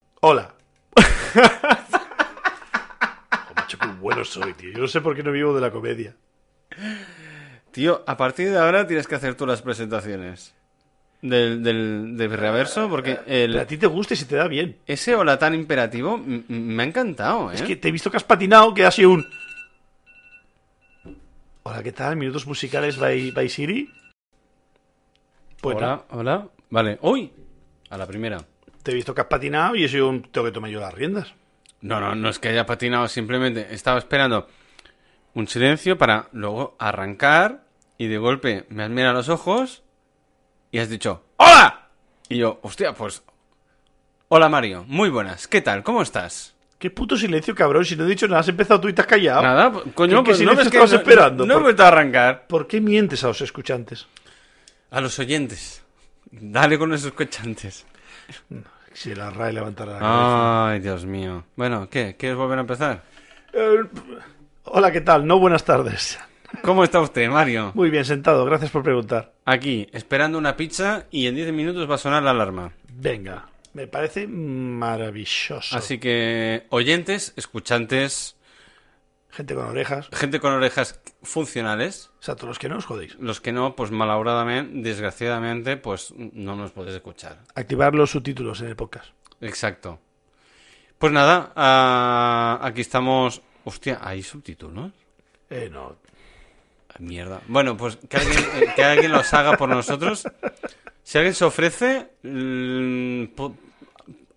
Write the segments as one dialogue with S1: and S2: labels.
S1: Hola. Oh, macho, qué bueno soy, tío. Yo no sé por qué no vivo de la comedia.
S2: Tío, a partir de ahora tienes que hacer tú las presentaciones del, del, del reverso, porque
S1: Pero a
S2: el,
S1: ti te gusta y se te da bien.
S2: ese hola tan imperativo m- m- me ha encantado, ¿eh?
S1: Es que te he visto que has patinado, que ha sido un. Hola, ¿qué tal? Minutos musicales by, by Siri. Bueno,
S2: hola, hola. Vale, hoy a la primera.
S1: te he visto que has patinado y he sido un. Tengo que tomar yo las riendas.
S2: No, no, no es que haya patinado, simplemente estaba esperando un silencio para luego arrancar y de golpe me has mirado a los ojos y has dicho ¡Hola! Y yo, hostia, pues... Hola Mario, muy buenas, ¿qué tal? ¿Cómo estás?
S1: Qué puto silencio, cabrón. Si no he dicho nada, has empezado tú y te has callado.
S2: Nada, pues, coño,
S1: Ah. ¿Qué- qué
S2: pues no
S1: silencio
S2: ves que
S1: estabas
S2: no-
S1: esperando?
S2: No, he
S1: ¿Por-
S2: vuelto a arrancar.
S1: ¿Por qué mientes a los escuchantes?
S2: A los oyentes. Dale con esos cochantes.
S1: Mm, Si la RAE levantara la cabeza.
S2: Ay, Dios mío. Bueno, ¿qué? ¿Quieres volver a empezar?
S1: Eh, hola, ¿qué tal? No, buenas tardes.
S2: ¿Cómo está usted, Mario?
S1: Muy bien, sentado. Gracias por preguntar.
S2: Aquí, esperando una pizza y en 10 minutos va a sonar la alarma.
S1: Venga, me parece maravilloso.
S2: Así que, oyentes, escuchantes,
S1: Gente con orejas.
S2: gente con orejas funcionales,
S1: O sea, todos los que no os jodéis.
S2: los que no, pues malauradamente, desgraciadamente, pues no nos podéis escuchar.
S1: Activar los subtítulos en el podcast.
S2: Exacto. Pues nada, ah, aquí estamos... Hostia, ¿hay subtítulos?
S1: Eh, no.
S2: Mierda. Bueno, pues que alguien, eh, que alguien los haga por nosotros. Si alguien se ofrece, mm, po-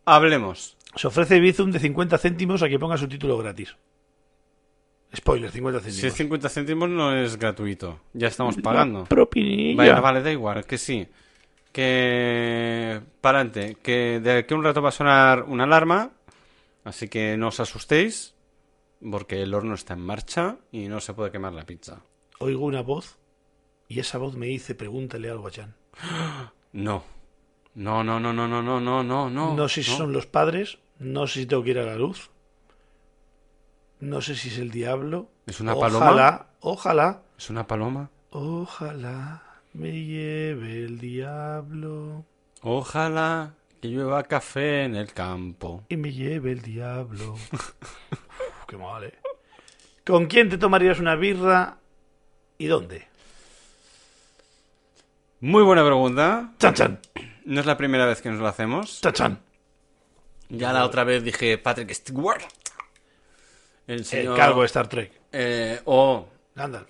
S2: hablemos.
S1: Se ofrece Bizum de 50 céntimos a que ponga subtítulo gratis. Spoiler, 50
S2: Si es
S1: céntimos.
S2: 50 céntimos no es gratuito. Ya estamos pagando.
S1: Propinilla.
S2: Vale, vale, da igual, que sí. Que... Para adelante, que de aquí a un rato va a sonar una alarma. Así que no os asustéis, porque el horno está en marcha y no se puede quemar la pizza.
S1: Oigo una voz y esa voz me dice, pregúntale algo a Jan.
S2: No. No, no, no, no, no, no, no, no, no.
S1: No sé si son los padres, no sé si tengo que ir a la luz, no sé si es el diablo.
S2: ¿Es una paloma?
S1: ojalá, Ojalá,
S2: ¿Es una paloma?
S1: ojalá me lleve el diablo
S2: Ojalá que llueva café en el campo.
S1: y me lleve el diablo. Uf, qué mal, ¿eh? ¿Con quién te tomarías una birra y dónde?
S2: Muy buena pregunta.
S1: Chan, chan,
S2: No es la primera vez que nos la hacemos.
S1: chan, chan.
S2: Ya la otra vez dije Patrick Stewart. El
S1: El
S2: señor...
S1: calvo de Star Trek.
S2: eh, o
S1: Gandalf.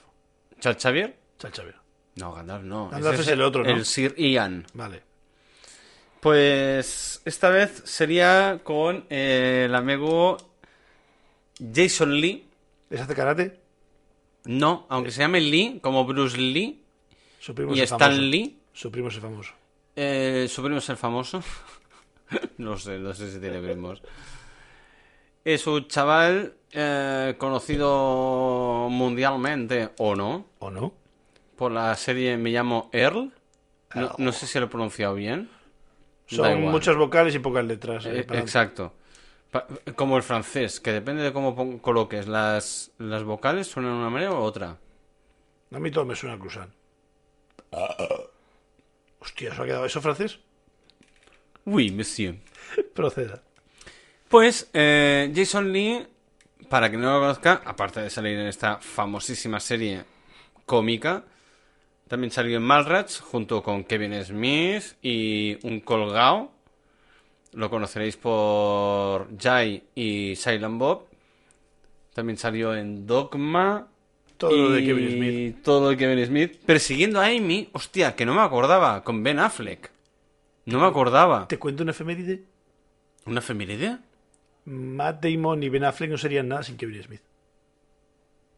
S2: Chad Xavier.
S1: Chan, Xavier.
S2: No, Gandalf no.
S1: Gandalf
S2: Ese
S1: es el otro, ¿no?
S2: El Sir Ian.
S1: Vale.
S2: Pues esta vez sería con eh, el amigo Jason Lee.
S1: ¿Les hace karate?
S2: No, aunque se llame Lee, como Bruce Lee.
S1: Su primo
S2: Y
S1: es el
S2: Stan
S1: famoso.
S2: Lee.
S1: Su primo es el famoso.
S2: Eh, ¿Su primo es el famoso? no sé, no sé si tiene primos. Es un chaval eh, conocido mundialmente, o no,
S1: ¿O no?
S2: por la serie Me llamo Earl. No, no sé si lo he pronunciado bien. Da
S1: Son
S2: igual.
S1: muchas vocales y pocas letras. eh,
S2: Eh,
S1: para-
S2: exacto. Pa- como el francés, que depende de cómo pon- coloques las, las vocales, suenan de una manera u otra.
S1: A mí todo me suena a cruzán.
S2: Ah,
S1: Hostia, ¿eso ha quedado eso francés?
S2: Oui, monsieur.
S1: Proceda.
S2: Pues eh, Jason Lee, para quien no lo conozca, aparte de salir en esta famosísima serie cómica, también salió en Malrats junto con Kevin Smith y un colgao. Lo conoceréis por Jai y Silent Bob. También salió en Dogma.
S1: Todo lo de
S2: y
S1: Kevin Smith.
S2: Todo lo de Kevin Smith. Persiguiendo a Amy, hostia, que no me acordaba, con Ben Affleck. No me acordaba.
S1: ¿Te cuento una efeméride?
S2: ¿Una efeméride?
S1: Matt Damon y Ben Affleck no serían nada sin Kevin Smith.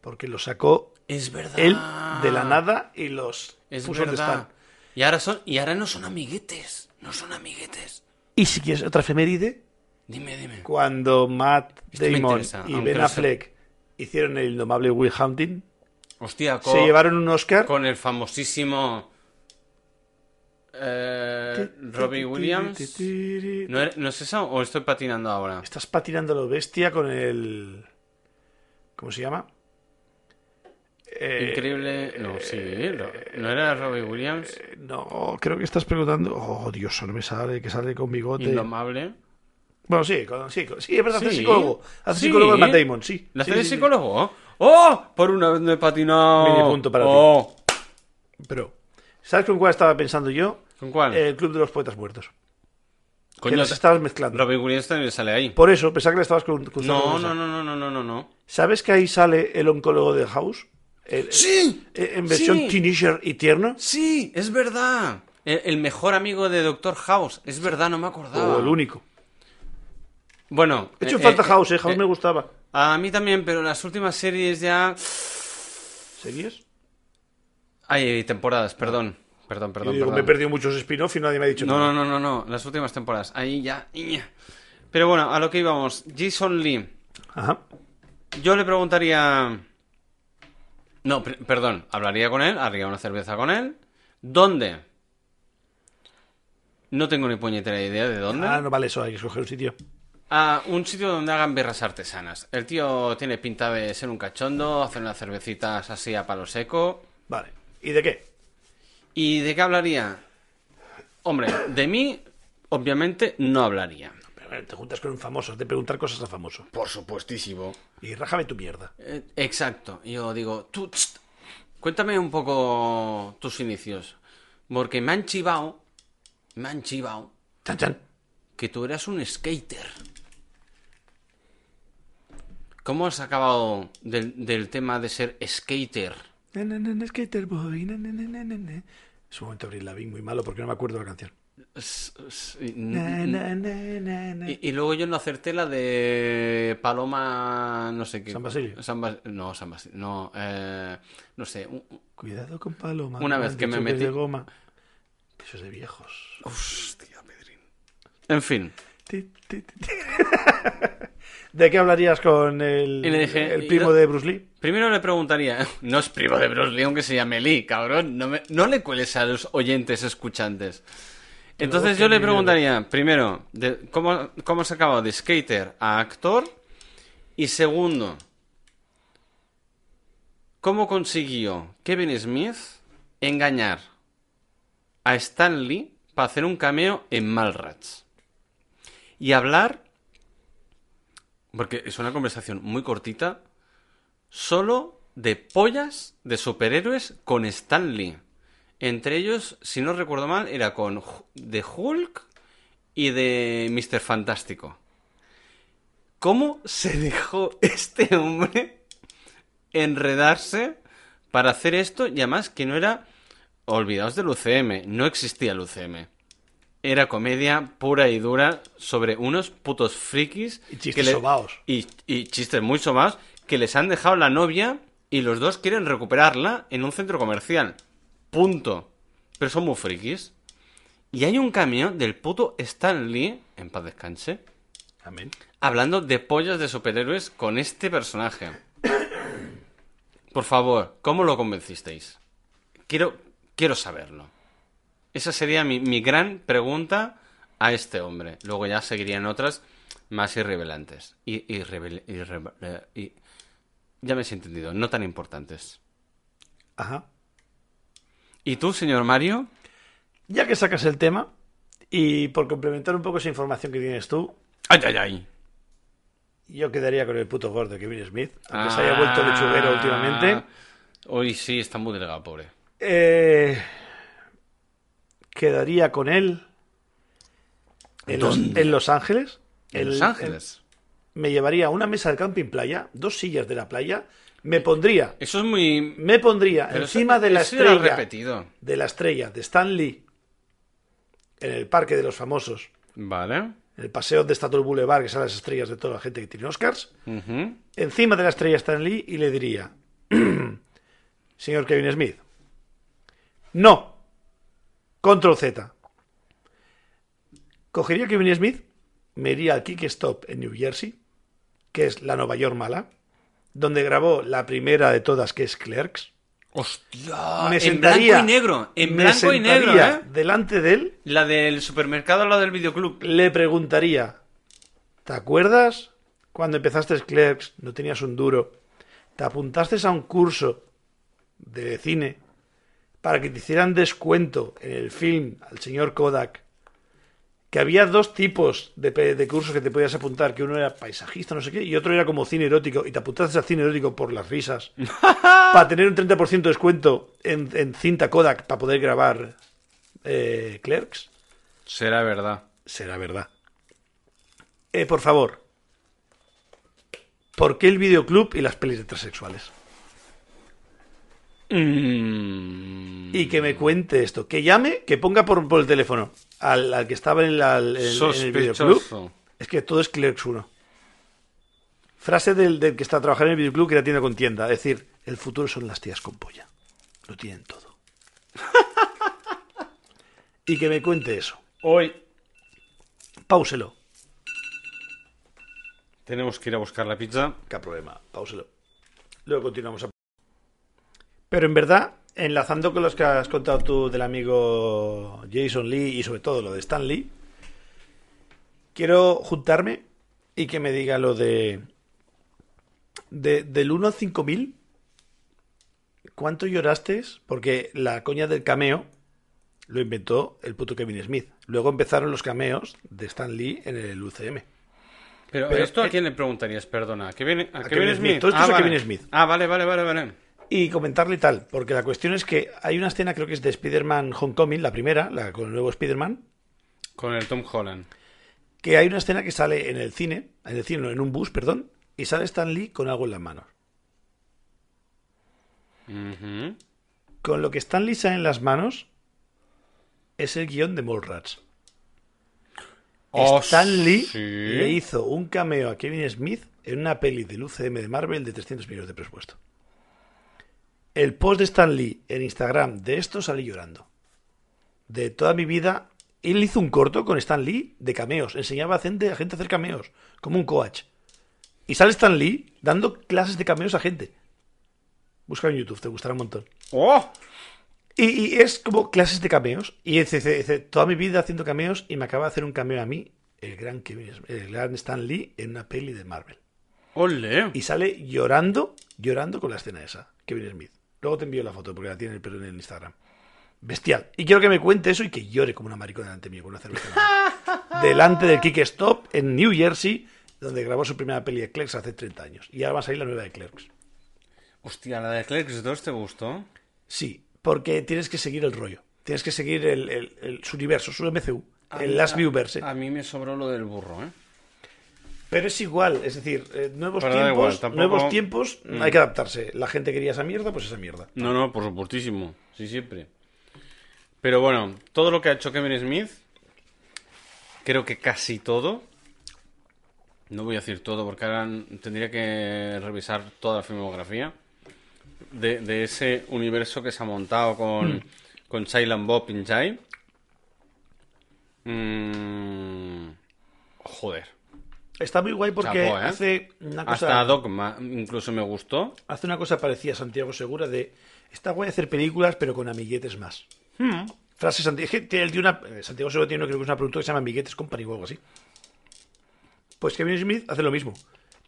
S1: Porque lo sacó
S2: Es verdad.
S1: él de la nada y los
S2: Ah. Es
S1: puso donde
S2: verdad.
S1: están.
S2: Y ahora son, y ahora no son amiguetes. No son amiguetes.
S1: Y si quieres otra efeméride,
S2: Dime, dime.
S1: cuando Matt
S2: Esto me
S1: Damon
S2: interesa,
S1: y
S2: aunque
S1: Ben
S2: no sé.
S1: Affleck hicieron el indomable Will Hunting,
S2: Hostia, con,
S1: se llevaron un Oscar.
S2: con el famosísimo eh, Robbie Williams. ¿No, era- no es esa o estoy patinando ahora?
S1: Estás patinando lo bestia con el. ¿Cómo se llama? Eh,
S2: Increíble. No, sí. Ro- ¿No era Robbie Williams?
S1: eh, no, creo que estás preguntando. Oh, Dios, no me sale, que sale con bigote.
S2: Indomable.
S1: Bueno, sí, con- sí, con- sí, es verdad, hace
S2: Sí.
S1: psicólogo. Hace
S2: Sí.
S1: psicólogo de Matt Damon, sí.
S2: ¿La
S1: Sí,
S2: hace de
S1: sí, sí.
S2: psicólogo? ¡Oh! Por una vez no he patinado.
S1: Mini punto para ti.
S2: Oh.
S1: Pero, ¿sabes con cuál estaba pensando yo?
S2: ¿Con cuál?
S1: El Club de los Poetas Muertos. Eh, que
S2: Coño,
S1: las estabas mezclando.
S2: Robin Williams también sale ahí.
S1: Por eso, pensaba que la estabas con, con-
S2: No,
S1: con-
S2: no, no, no, no, no, no, no.
S1: ¿Sabes que ahí sale el oncólogo de House? El-
S2: ¡Sí!
S1: eh, En versión
S2: Sí.
S1: teenager y tierno.
S2: Sí, es verdad. El, el mejor amigo de Doctor House. Es verdad, no me acordaba.
S1: O el único.
S2: Bueno.
S1: He hecho
S2: Ah. eh,
S1: falta
S2: eh,
S1: House, ¿eh? House
S2: eh,
S1: me gustaba.
S2: A mí también, pero las últimas series ya...
S1: ¿Series?
S2: Ay, temporadas, perdón. Perdón,
S1: Yo
S2: perdón,
S1: digo, me he
S2: perdón.
S1: perdido muchos spin-off y nadie me ha dicho
S2: No,
S1: nada.
S2: no, no, no, no. Las últimas temporadas. Ahí ya. Iña. Pero bueno, a lo que íbamos. Jason Lee.
S1: Ajá.
S2: Yo le preguntaría. No, pre- perdón. Hablaría con él, haría una cerveza con él. ¿Dónde? No tengo ni puñetera idea de dónde.
S1: Ah, no vale eso, hay que escoger un sitio.
S2: A un sitio donde hagan birras artesanas. El tío tiene pinta de ser un cachondo, hacer unas cervecitas así a palo seco.
S1: Vale. ¿Y de qué?
S2: ¿Y de qué hablaría? Hombre, de mí, obviamente, no hablaría.
S1: Pero, bueno, Te juntas con un famoso, has de preguntar cosas a famoso.
S2: Por supuestísimo.
S1: Y rájame tu mierda.
S2: Eh, Exacto. Yo digo, tú, tst, cuéntame un poco tus inicios. Porque me han chivado, me han chivado,
S1: Chan, chan.
S2: que tú eras un skater. ¿Cómo has acabado del, del tema de ser skater?
S1: Na, na, na, na, skater boy, na, na, na, na, na, na. Es un momento Abril Lavigne muy malo porque no me acuerdo la canción.
S2: S- s- n-
S1: Na,
S2: n-
S1: na, na, na, na.
S2: Y, y luego yo no acerté la de Paloma, no sé qué.
S1: San Basilio.
S2: San Bas- no, San Basilio. No, eh, no sé. un- un-
S1: Cuidado con Paloma.
S2: Una vez
S1: han
S2: que me
S1: dicho es
S2: metí-
S1: de goma. Eso es de viejos.
S2: En fin.
S1: Ti, ti, ti, ti. ¿De qué hablarías con el,
S2: Y le dije,
S1: el
S2: y
S1: primo
S2: lo-
S1: de Bruce Lee?
S2: Primero le preguntaría, no es primo de Bruce Lee, aunque se llame Lee, cabrón, no, me- no le cueles a los oyentes escuchantes. Entonces yo le preguntaría, primero, de- ¿cómo, ¿cómo has acabado de skater a actor? Y segundo, ¿cómo consiguió Kevin Smith engañar a Stan Lee para hacer un cameo en Malrats? Y hablar, porque es una conversación muy cortita, solo de pollas de superhéroes con Stan Lee. Entre ellos, si no recuerdo mal, era con Ju- de Hulk y de Mr. Fantástico. ¿Cómo se dejó este hombre enredarse para hacer esto? Y además que no era... Olvidaos del UCM, no existía el UCM. Era comedia pura y dura sobre unos putos frikis
S1: Y chistes
S2: que le-
S1: sobaos.
S2: y, y chistes muy somados que les han dejado la novia y los dos quieren recuperarla en un centro comercial. Punto. Pero son muy frikis. Y hay un cameo del puto Stan Lee, en paz descanse,
S1: Amén.
S2: hablando de pollas de superhéroes con este personaje. Por favor, ¿cómo lo convencisteis? Quiero, quiero saberlo. Esa sería mi, mi gran pregunta a este hombre. Luego ya seguirían otras más irrevelantes. Y, irrevel- irre- eh, y- ya me he entendido, no tan importantes.
S1: Ajá.
S2: ¿Y tú, señor Mario?
S1: Ya que sacas el tema, y por complementar un poco esa información que tienes tú,
S2: ¡Ay, ay, ay!
S1: yo quedaría con el puto gordo Kevin Smith, aunque se haya
S2: Ah.
S1: vuelto lechuguero últimamente.
S2: Hoy sí, está muy delgado, pobre.
S1: Eh, quedaría con él en, los, en Los Ángeles.
S2: En
S1: El-
S2: Los Ángeles.
S1: el- me llevaría a una mesa de camping playa, dos sillas de la playa, me pondría,
S2: Eso es muy,
S1: me pondría
S2: Pero eso-
S1: encima de la
S2: eso ya lo has
S1: estrella,
S2: repetido.
S1: de la estrella de Stan Lee en el Parque de los Famosos,
S2: Vale.
S1: en el paseo de Statue Boulevard, que son las estrellas de toda la gente que tiene Oscars.
S2: Ujú.
S1: encima de la estrella Stan Lee y le diría, señor Kevin Smith, no, control Z. Cogería a Kevin Smith, me iría al Kick Stop en New Jersey, que es la Nueva York mala, donde grabó la primera de todas, que es Clerks.
S2: Hostia.
S1: Me
S2: Ah, en
S1: sentaría-
S2: blanco y negro. En
S1: me
S2: blanco y negro,
S1: sentaría
S2: ¿eh?
S1: Delante de él,
S2: La del supermercado, la del videoclub.
S1: le preguntaría, ¿te acuerdas cuando empezaste Clerks, no tenías un duro, te apuntaste a un curso de cine para que te hicieran descuento en el film al señor Kodak que había dos tipos de, pe- de cursos que te podías apuntar, que uno era paisajista, no sé qué, y otro era como cine erótico, y te apuntaste a cine erótico por las risas, para tener un 30% de descuento en, en cinta Kodak para poder grabar eh, Clerks,
S2: Será verdad.
S1: será verdad. Eh, por favor, ¿por qué el videoclub y las pelis de transexuales?
S2: Mm.
S1: Y que me cuente esto, que llame, que ponga por, por el teléfono al, al que estaba en, la- en- en el videoclub.
S2: Sospechoso.
S1: Es que todo es Clerks 1. Frase del, del que está trabajando en el videoclub que era tienda con tienda. Es decir, el futuro son las tías con polla. Lo tienen todo. y que me cuente eso.
S2: Hoy
S1: Páuselo.
S2: tenemos que ir a buscar la pizza.
S1: Qué problema. Páuselo. Luego continuamos a... Pero en verdad, enlazando con los que has contado tú del amigo Jason Lee y sobre todo lo de Stan Lee, quiero juntarme y que me diga lo de... de- del 1 al 5000, ¿cuánto lloraste? Porque la coña del cameo lo inventó el puto Kevin Smith. Luego empezaron los cameos de Stan Lee en el UCM.
S2: Pero,
S1: Pero,
S2: ¿esto
S1: eh,
S2: a quién le preguntarías? Perdona. ¿A Kevin,
S1: Kevin
S2: a Kevin
S1: Smith.
S2: Smith?
S1: Todo esto es a
S2: vale.
S1: Kevin Smith.
S2: Ah, vale, vale, vale, vale.
S1: Y comentarle y tal, porque la cuestión es que hay una escena, creo que es de Spider-Man Homecoming, la primera, la con el nuevo Spider-Man,
S2: Con el Tom Holland.
S1: que hay una escena que sale en el cine, en el cine, no, en un bus, perdón, y sale Stan Lee con algo en las manos.
S2: Ujú.
S1: Con lo que Stan Lee sale en las manos es el guión de Mallrats.
S2: Oh,
S1: Stan Lee
S2: sí.
S1: le hizo un cameo a Kevin Smith en una peli del UCM de Marvel de 300 millones de presupuesto. El post de Stan Lee en Instagram de esto salí llorando. De toda mi vida, él hizo un corto con Stan Lee de cameos. Enseñaba a gente, a gente a hacer cameos, como un coach. Y sale Stan Lee dando clases de cameos a gente. Busca en YouTube, te gustará un montón.
S2: ¡Oh!
S1: Y, y es como clases de cameos. Y dice, dice- dice, toda mi vida haciendo cameos y me acaba de hacer un cameo a mí, el gran, Kevin Smith- el gran Stan Lee, en una peli de Marvel.
S2: ¡Ole!
S1: Y sale llorando, llorando con la escena esa, Kevin Smith. Luego te envío la foto porque la tiene el en el Instagram. Bestial. Y quiero que me cuente eso y que llore como una maricona delante mío con una cerveza. en la mano. delante del Kick Stop en New Jersey, donde grabó su primera peli de Clerks hace 30 años. Y ahora va a salir la nueva de Clerks.
S2: Hostia, la de Clerks 2 te gustó.
S1: Sí, porque tienes que seguir el rollo. Tienes que seguir el, el- el- su universo, su MCU, el Last Viewverse.
S2: A mí me sobró lo del burro, ¿eh?
S1: Pero es igual, es decir, eh, nuevos
S2: Pero da
S1: tiempos,
S2: igual, tampoco- Mm.
S1: nuevos tiempos, hay que adaptarse. La gente quería esa mierda, pues esa mierda.
S2: No, no, por supuestísimo. Sí, siempre. Pero bueno, todo lo que ha hecho Kevin Smith, creo que casi todo. No voy a decir todo porque ahora tendría que revisar toda la filmografía de, de ese universo que se ha montado con, con Silent Bob Pinchai. Mm, joder.
S1: Está muy guay porque
S2: Chapó, ¿eh?
S1: hace una cosa.
S2: Hasta Dogma incluso me gustó.
S1: Hace una cosa parecida a Santiago Segura de está guay hacer películas, pero con amiguetes más. Frases anti- es que tiene- él tiene una- eh, Santiago Segura tiene uno, creo que es una productora que se llama Amiguetes Company o algo así. Pues Kevin Smith hace lo mismo.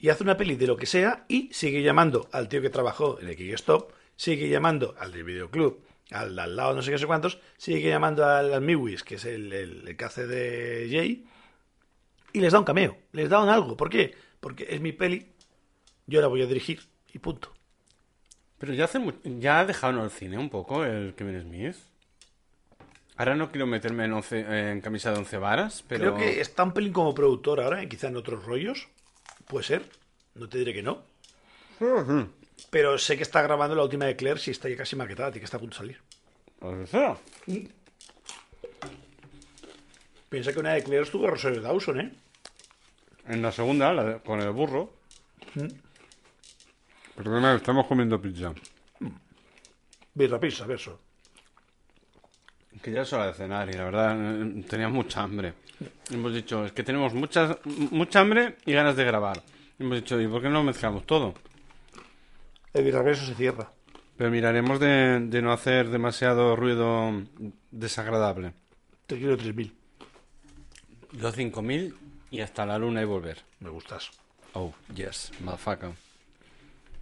S1: Y hace una peli de lo que sea y sigue llamando al tío que trabajó en el Kickstop, sigue llamando al del videoclub, al de al lado no sé qué sé cuántos, sigue llamando al, al Miwis, que es el, el, el que hace de Jay, y les da un cameo, les da un algo. ¿Por qué? Porque es mi peli, yo la voy a dirigir y punto.
S2: Pero ya, hace mu- ya ha dejado el cine un poco el Kevin Smith. Ahora no quiero meterme en, once- eh, en camisa de once varas, pero...
S1: Creo que está un pelín como productor ahora, eh, quizá en otros rollos. Puede ser. No te diré que no.
S2: Ujú.
S1: Pero sé que está grabando la última de Claire si está ya casi maquetada, tiene que está a punto de salir.
S2: Pues eso.
S1: Piensa que una de Claire estuvo Rosario Dawson, ¿eh?
S2: En la segunda, la de- con el burro. Mm. Perdona, estamos comiendo pizza.
S1: Birra pizza, verso.
S2: Que ya es hora de cenar y la verdad eh, tenía mucha hambre. Hemos dicho, es que tenemos muchas, mucha hambre y ganas de grabar. Hemos dicho, ¿y por qué no mezclamos todo?
S1: El birra se cierra.
S2: Pero miraremos de, de no hacer demasiado ruido desagradable.
S1: Te quiero 3.000.
S2: Yo 5.000 y hasta la luna y volver.
S1: Me gustas.
S2: Oh, yes, motherfucker.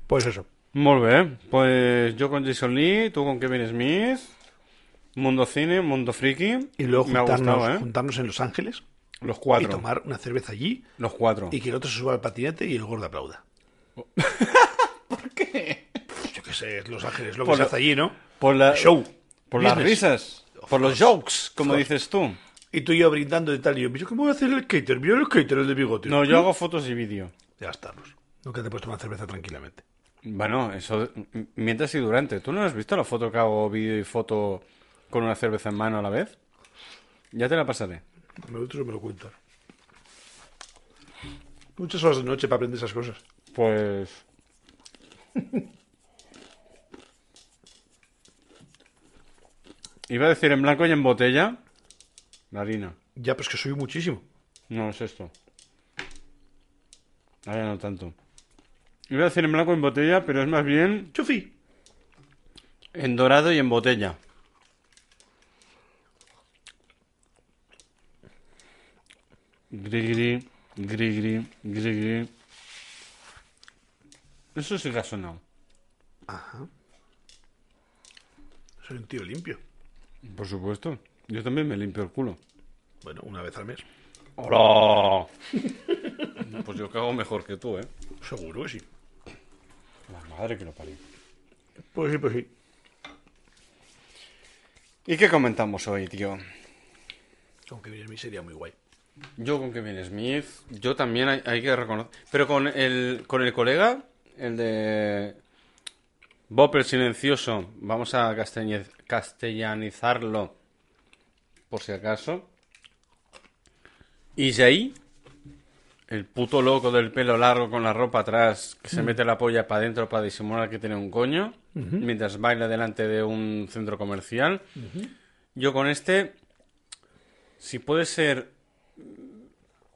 S1: Pues eso.
S2: Molt bé, pues yo con Jason Lee, tú con Kevin Smith, Mundo Cine, Mundo Friki.
S1: Y luego
S2: Me ha
S1: juntarnos,
S2: gustado, ¿eh?
S1: juntarnos en Los Ángeles
S2: Los
S1: y
S2: cuatro.
S1: tomar una cerveza allí
S2: Los cuatro.
S1: y que el otro se suba al patinete y el gordo aplauda. Pues
S2: por qué?
S1: Yo qué sé, es Los Ángeles, lo que
S2: Por
S1: se
S2: la-
S1: hace allí, ¿no?
S2: Por la...
S1: Show.
S2: Por las
S1: Business.
S2: risas. Por los jokes, como dices tú.
S1: Y tú y yo brindando y tal. Y yo, yo, ¿cómo voy a hacer el skater? Mira el skater, el de bigote.
S2: No, yo hago fotos y vídeo.
S1: Ya estamos. Nunca te puedes tomar cerveza tranquilamente.
S2: Bueno, eso m- mientras y durante. ¿Tú no has visto la foto que hago vídeo y foto con una cerveza en mano a la vez? Ya te la pasaré.
S1: Me lo me lo cuentas. Muchas horas de noche para aprender esas cosas.
S2: Pues. Iba a decir en blanco y en botella. La harina.
S1: Ya, pues que soy muchísimo.
S2: No, es esto. Ahora no tanto. Iba a decir en blanco y en botella, pero es más bien
S1: Chufi.
S2: en dorado y en botella. Gri gri, gri gri, gri gri. Eso sí que ha sonado.
S1: Ajá. Soy un tío limpio.
S2: Por supuesto. Yo también me limpio el culo.
S1: Bueno, una vez al mes.
S2: ¡Hola! pues yo cago mejor que tú, ¿eh?
S1: Seguro que sí.
S2: La madre que lo parió.
S1: Pues sí, pues sí.
S2: ¿Y qué comentamos hoy, tío?
S1: Aunque bien mí sería muy guay.
S2: Yo con Kevin Smith, yo también hay, hay que reconocer. Pero con el, con el colega, el de Bob el Silencioso, vamos a casteñe- castellanizarlo por si acaso. Y Jay, el puto loco del pelo largo con la ropa atrás, que se
S1: Mm.
S2: mete la polla para adentro para disimular que tiene un coño, mientras baila delante de un centro comercial. Yo con este, si puede ser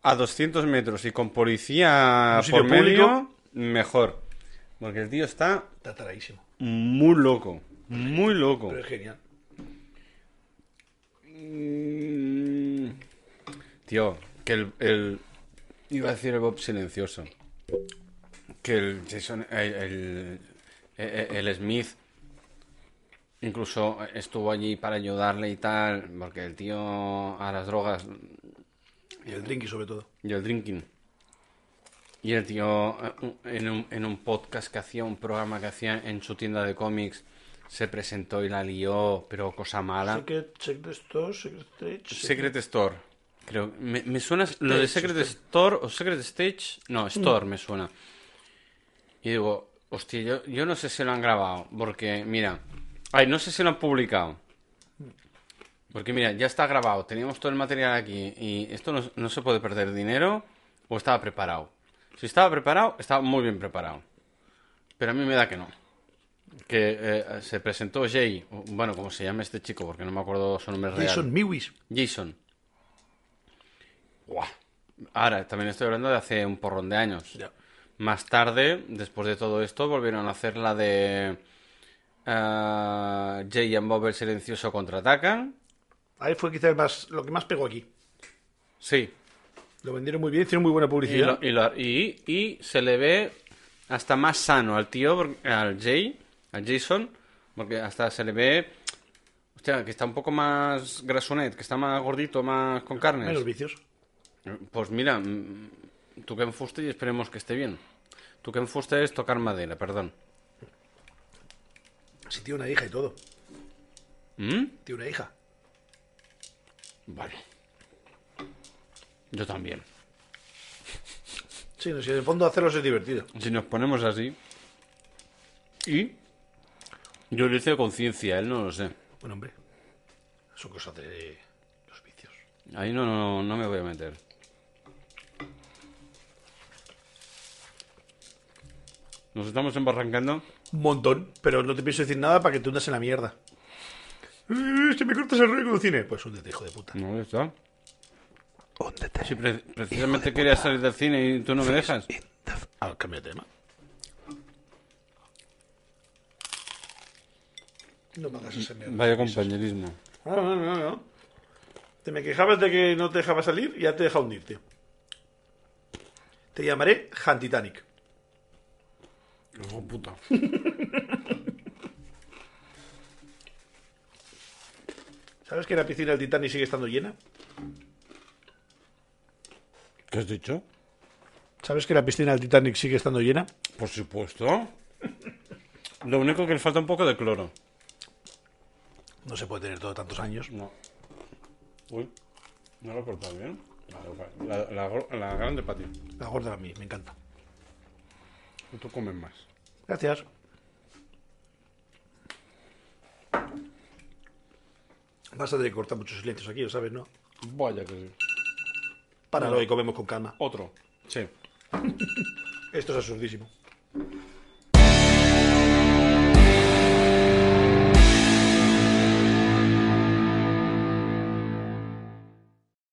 S2: a 200 metros y con policía
S1: Un sitio
S2: por medio,
S1: público.
S2: mejor. Porque el tío está
S1: Está taradísimo.
S2: muy loco. Muy loco.
S1: Pero es genial.
S2: Mm. Tío, que el, el- Iba a decir el Bob silencioso. Que el Jason. El, el- el- el Smith. Incluso estuvo allí para ayudarle y tal. Porque el tío a las drogas
S1: Y el drinky sobre todo.
S2: y el drinking. Y el tío, eh, en un, en un podcast que hacía, un programa que hacía en su tienda de cómics, se presentó y la lió, pero cosa mala.
S1: Secret, Secret Store, Secret Stage.
S2: Secret Store. Creo. Me, me suena lo de Secret Store o Secret Stage. No,
S1: Mm.
S2: Store me suena. Y digo, hostia, yo, yo no sé si lo han grabado. Porque, mira. Ay, no sé si lo han publicado. Porque, mira, ya está grabado. Teníamos todo el material aquí. Y esto no, no se puede perder dinero. O estaba preparado. Si estaba preparado, estaba muy bien preparado. Pero a mí me da que no. Que eh, se presentó Jay. o, Bueno, como se llama este chico, porque no me acuerdo su nombre real.
S1: Jason Miwis.
S2: Jason. Buah. Ahora, también estoy hablando de hace un porrón de años.
S1: Ya.
S2: Más tarde, después de todo esto, volvieron a hacer la de ah, Jay and Bob el silencioso contraatacan.
S1: Ahí fue quizás más, lo que más pegó aquí.
S2: Sí.
S1: Lo vendieron muy bien, hicieron muy buena
S2: Y, lo-
S1: publicidad.
S2: y lo- y- y se le ve hasta más sano al tío, porque- al Jay, al Jason, porque hasta se le ve... Hostia, que está un poco más grasunet, que está más gordito, más con carnes.
S1: Menos vicios.
S2: Pues mira, mm, tú que enfuste y esperemos que esté bien. Tú que enfuste es tocar madera, perdón.
S1: Si tiene una hija y todo.
S2: ¿Mm?
S1: Tiene una hija.
S2: Vale. Yo también.
S1: Sí, no, si en el fondo hacerlos es divertido.
S2: Si nos ponemos así. ¿Y? Yo lo hice a conciencia, él no lo sé.
S1: Bueno, hombre. Son cosas de los vicios.
S2: Ahí no, no, no me voy a meter. Nos estamos embarrancando.
S1: Un montón, pero no te pienso decir nada para que te hundas en la mierda. Eh, Si me cortas el rollo con el cine. Pues húndete, hijo de puta.
S2: No, ya está.
S1: Húndete.
S2: Si pre- precisamente quería salir del cine y tú no me dejas.
S1: Ah, cambia de tema. No me hagas ese mierda.
S2: Vaya compañerismo.
S1: No, no, no, no. Te me quejabas de que no te dejaba salir y ya te deja hundirte. Te llamaré Han Titanic.
S2: Hijo puta.
S1: ¿Sabes que la piscina del Titanic sigue estando llena?
S2: ¿Qué has dicho?
S1: ¿Sabes que la piscina del Titanic sigue estando llena?
S2: Por supuesto. Lo único que le falta un poco de cloro.
S1: No se puede tener todo tantos años.
S2: No. Uy, no lo he cortado bien. La, la, la, gro- la grande para ti.
S1: La gorda a mí, me encanta.
S2: Tú comes más.
S1: Gracias. Vas a tener que cortar muchos silencios aquí, lo sabes, ¿no?
S2: Vaya que sí.
S1: Páralo y comemos con calma.
S2: Otro. Sí.
S1: Esto es absurdísimo.